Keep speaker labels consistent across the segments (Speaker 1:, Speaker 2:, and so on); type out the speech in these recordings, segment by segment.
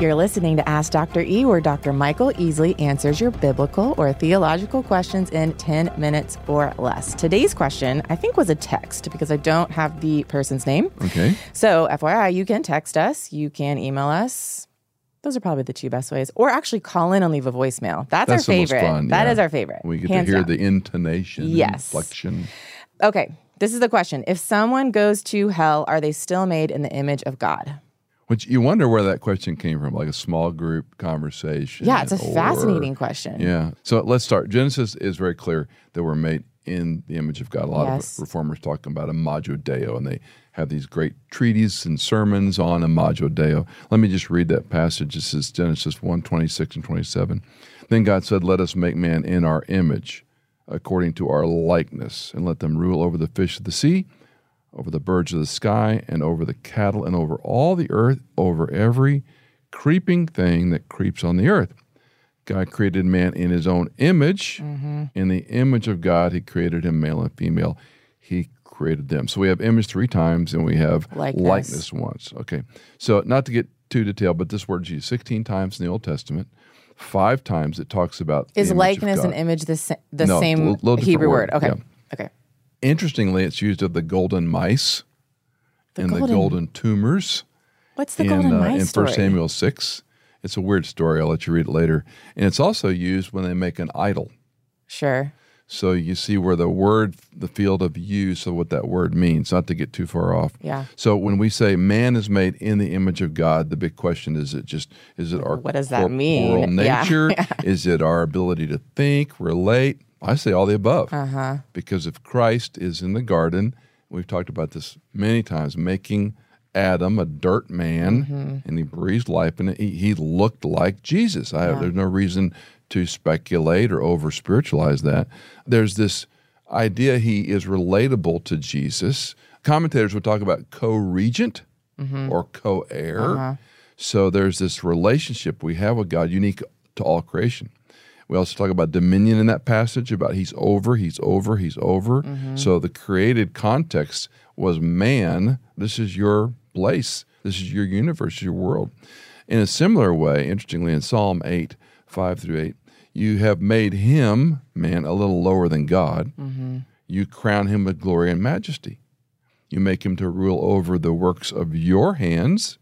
Speaker 1: You're listening to Ask Dr. E, where Dr. Michael Easley answers your biblical or theological questions in 10 minutes or less. Today's question, I think, was a text because I don't have the person's name.
Speaker 2: Okay.
Speaker 1: So, FYI, you can text us, you can email us. Those are probably the two best ways. Or actually call in and leave a voicemail. That's,
Speaker 2: That's
Speaker 1: our
Speaker 2: the most
Speaker 1: favorite.
Speaker 2: fun,
Speaker 1: That
Speaker 2: yeah.
Speaker 1: is our favorite.
Speaker 2: We get
Speaker 1: hands
Speaker 2: to hear
Speaker 1: down.
Speaker 2: the intonation,
Speaker 1: Yes.
Speaker 2: inflection.
Speaker 1: Okay, this is the question. If someone goes to hell, are they still made in the image of God?
Speaker 2: Which you wonder where that question came from, like a small group conversation.
Speaker 1: Yeah, it's a
Speaker 2: or-
Speaker 1: fascinating question.
Speaker 2: Yeah. So let's start. Genesis is very clear that we're made in the image of God. A lot
Speaker 1: Yes.
Speaker 2: of reformers talk about Imago Deo, and they have these great treatises and sermons on Imago Deo. Let me just read that passage. This is Genesis 1 26 and 27. Then God said, Let us make man in our image, according to our likeness, and let them rule over the fish of the sea over the birds of the sky, and over the cattle, and over all the earth, over every creeping thing that creeps on the earth. God created man in his own image.
Speaker 1: Mm-hmm.
Speaker 2: In the image of God, he created him, male and female. He created them. So we have image three times, and we have
Speaker 1: Likeness.
Speaker 2: likeness once. Okay. So, not to get too detailed, but this word's used 16 times in the Old Testament. Five times it talks about the
Speaker 1: Is
Speaker 2: image of
Speaker 1: likeness and
Speaker 2: God.
Speaker 1: image the, sa- the
Speaker 2: No, it's a
Speaker 1: same
Speaker 2: little- little different
Speaker 1: Hebrew word?
Speaker 2: word,
Speaker 1: Okay.
Speaker 2: yeah.
Speaker 1: Okay.
Speaker 2: Interestingly, it's used of the golden mice and the
Speaker 1: golden-
Speaker 2: golden tumors.
Speaker 1: What's the
Speaker 2: in,
Speaker 1: golden
Speaker 2: uh,
Speaker 1: mice
Speaker 2: in
Speaker 1: story?
Speaker 2: First Samuel six. It's a weird story. I'll let you read it later. And it's also used when they make an idol.
Speaker 1: Sure.
Speaker 2: So you see where the word, the field of use of what that word means. Not to get too far off.
Speaker 1: Yeah.
Speaker 2: So when we say man is made in the image of God, the big question is: it just is it our
Speaker 1: What does that
Speaker 2: corporal
Speaker 1: mean? Yeah.
Speaker 2: nature? Is it our ability to think, relate? I say all the above.
Speaker 1: Uh-huh.
Speaker 2: Because if Christ is in the garden, we've talked about this many times, making Adam a dirt man,
Speaker 1: Mm-hmm.
Speaker 2: and he breathed life, and he, he looked like Jesus. I have, there's no reason to speculate or over spiritualize that. There's this idea he is relatable to Jesus. Commentators would talk about co regent or co heir. So there's this relationship we have with God, unique to all creation. We also talk about dominion in that passage about he's over, he's over, he's over. So the created context was man, this is your place, this is your universe, your world. In a similar way, interestingly, in Psalm 8, 5 through 8, you have made him, man, a little lower than God. You crown him with glory and majesty. You make him to rule over the works of your hands.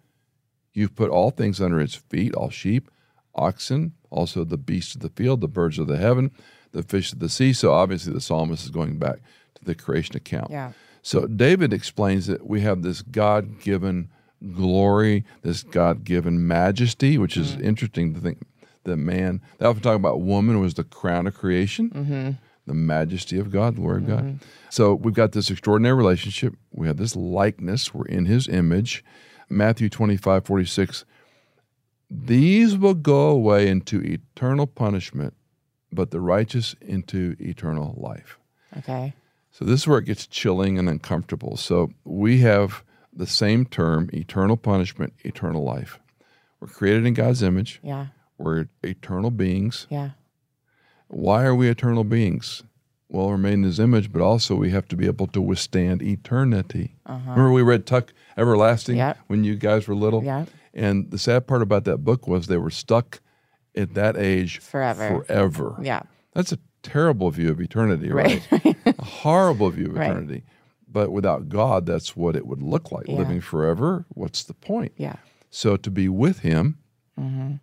Speaker 2: You've put all things under his feet, all sheep, oxen, also the beasts of the field, the birds of the heaven, the fish of the sea. So obviously the psalmist is going back to the creation account.
Speaker 1: Yeah.
Speaker 2: So David explains that we have this God given glory, this God given majesty, which is interesting to think that man, they often talk about woman was the crown of creation, the majesty of God, the glory of God. So we've got this extraordinary relationship. We have this likeness. We're in his image. Matthew 25, 46. These will go away into eternal punishment, but the righteous into eternal life.
Speaker 1: Okay.
Speaker 2: So this is where it gets chilling and uncomfortable. So we have the same term eternal punishment, eternal life. We're created in God's image.
Speaker 1: Yeah.
Speaker 2: We're eternal beings.
Speaker 1: Yeah.
Speaker 2: Why are we eternal beings? Well, we're made in his image, but also we have to be able to withstand eternity. Remember we read Tuck Everlasting
Speaker 1: Yep.
Speaker 2: when you guys were little?
Speaker 1: Uh-huh. Yeah.
Speaker 2: And the sad part about that book was they were stuck at that age
Speaker 1: Forever.
Speaker 2: Forever.
Speaker 1: Yeah.
Speaker 2: That's a terrible view of eternity, right? a horrible view of
Speaker 1: Right.
Speaker 2: eternity. But without God, that's what it would look like
Speaker 1: Yeah.
Speaker 2: living forever. What's the point?
Speaker 1: Yeah. Mm-hmm.
Speaker 2: So to be with Him,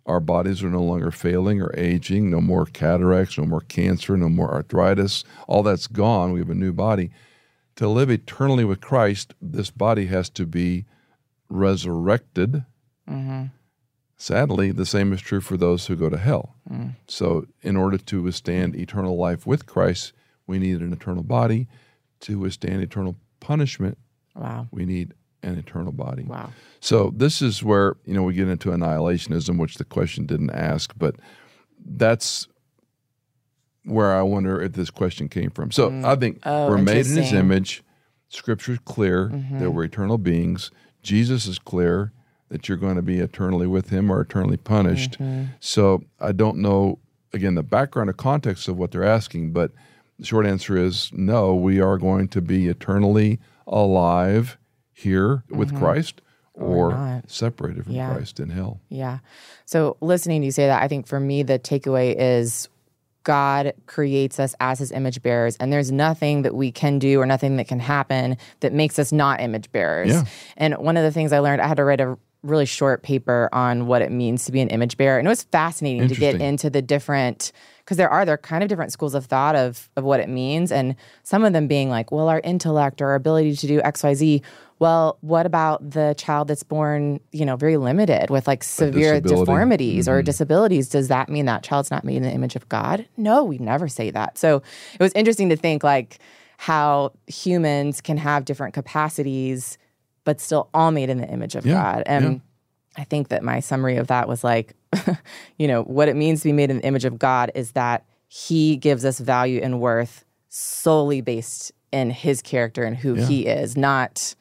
Speaker 2: our bodies are no longer failing or aging, no more cataracts, no more cancer, no more arthritis. All that's gone. We have a new body. To live eternally with Christ, this body has to be resurrected.
Speaker 1: Mm-hmm.
Speaker 2: Sadly, the same is true for those who go to hell. So, in order to withstand eternal life with Christ, we need an eternal body. To withstand eternal punishment,
Speaker 1: Wow.
Speaker 2: we need an eternal body.
Speaker 1: Wow.
Speaker 2: So this is where you know we get into annihilationism, which the question didn't ask, but that's where I wonder if this question came from. So I think
Speaker 1: Oh,
Speaker 2: we're made in His
Speaker 1: interesting. Mm-hmm.
Speaker 2: image. Scripture's clear that we're eternal beings. Jesus is clear that you're going to be eternally with Him or eternally
Speaker 1: Mm-hmm.
Speaker 2: punished. So I don't know again the background or context of what they're asking, but the short answer is no. We are going to be eternally alive here with Christ or,
Speaker 1: Mm-hmm. not.
Speaker 2: separated from
Speaker 1: Yeah.
Speaker 2: Christ in hell.
Speaker 1: Yeah. So listening to you say that, I think for me, the takeaway is God creates us as his image bearers, and there's nothing that we can do or nothing that can happen that makes us not image bearers.
Speaker 2: Yeah.
Speaker 1: And one of the things I learned, I had to write a really short paper on what it means to be an image bearer. And it was fascinating to get
Speaker 2: Interesting.
Speaker 1: into the different because there are there are kind of different schools of thought of of what it means and some of them being like well our intellect or our ability to do xyz well what about the child that's born you know very limited with like severe
Speaker 2: disability.
Speaker 1: deformities or disabilities does that mean that child's not made in the image of god no we never say that so it was interesting to think like how humans can have different capacities but still all made in the image of god and I think that my summary of that was like, you know, what it means to be made in the image of God is that He gives us value and worth solely based in His character and who He is, not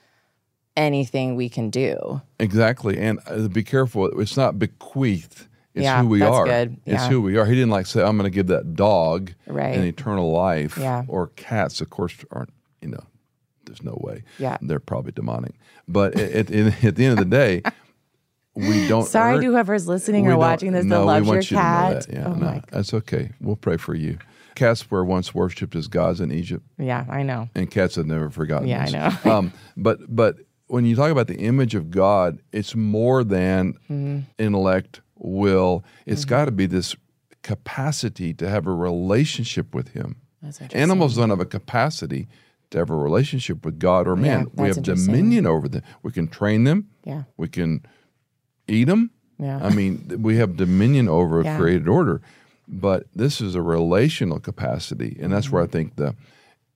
Speaker 1: anything we can do.
Speaker 2: Exactly, and uh, be careful. It's not bequeathed. It's
Speaker 1: Yeah,
Speaker 2: who we
Speaker 1: that's
Speaker 2: are.
Speaker 1: good.
Speaker 2: It's
Speaker 1: Yeah.
Speaker 2: who we are. He didn't like say, "I'm going to give that dog
Speaker 1: Right.
Speaker 2: an eternal life."
Speaker 1: Yeah.
Speaker 2: Or cats, of course, aren't. You know, there's no way.
Speaker 1: Yeah.
Speaker 2: They're probably demonic. But at, at, at the end of the day, we don't.
Speaker 1: Sorry
Speaker 2: earn-
Speaker 1: to whoever's listening
Speaker 2: We
Speaker 1: or
Speaker 2: don't-
Speaker 1: watching this that
Speaker 2: no, we
Speaker 1: loves your
Speaker 2: want you to know
Speaker 1: cat.
Speaker 2: that. Yeah,
Speaker 1: oh
Speaker 2: no,
Speaker 1: my,
Speaker 2: that's okay. We'll pray for you. Cats were once worshipped as gods in Egypt,
Speaker 1: yeah, I know.
Speaker 2: and cats have never forgotten.
Speaker 1: Yeah, I
Speaker 2: this. um, but but when you talk about the image of God, it's more than
Speaker 1: Mm-hmm.
Speaker 2: intellect, will. It's got to be this capacity to have a relationship with Him.
Speaker 1: That's interesting.
Speaker 2: Animals don't have a capacity to have a relationship with God or man. we
Speaker 1: that's
Speaker 2: have
Speaker 1: interesting.
Speaker 2: dominion over them. We can train them.
Speaker 1: Yeah,
Speaker 2: We can eat them.
Speaker 1: yeah,
Speaker 2: I mean, th- we have dominion over
Speaker 1: Yeah.
Speaker 2: a created order, but this is a relational capacity, and that's where I
Speaker 1: Mm-hmm.
Speaker 2: think the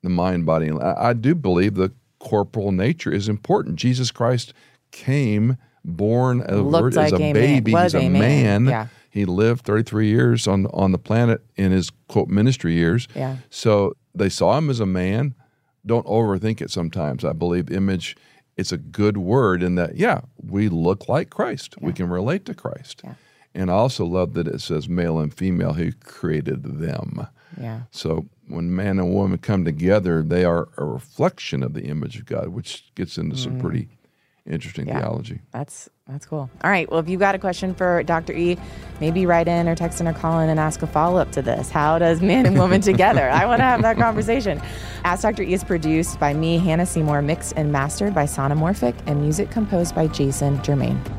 Speaker 2: the mind, body, and I, I do believe the corporal nature is important. Jesus Christ came born a
Speaker 1: Looked
Speaker 2: vir-
Speaker 1: like
Speaker 2: as a
Speaker 1: a man-
Speaker 2: baby,
Speaker 1: was
Speaker 2: he's a,
Speaker 1: a man,
Speaker 2: man.
Speaker 1: yeah.
Speaker 2: He lived 33 years on on the planet in his quote ministry years.
Speaker 1: Yeah.
Speaker 2: So they saw him as a man. Don't overthink it sometimes. I believe image it's a good word in that yeah, we look like Christ. We can relate to Christ.
Speaker 1: Yeah.
Speaker 2: And I also love that it says male and female who created them.
Speaker 1: yeah.
Speaker 2: So when man and woman come together, they are a reflection of the image of God, which gets into some
Speaker 1: Mm.
Speaker 2: pretty interesting theology.
Speaker 1: That's that's cool. All right. Well, if you've got a question for Dr. E, maybe write in or text in or call in and ask a follow up to this. How does man and woman together? I want to have that conversation. Ask Dr. E is produced by me, Hannah Seymour, mixed and mastered by Sonomorphic, and music composed by Jason Germain.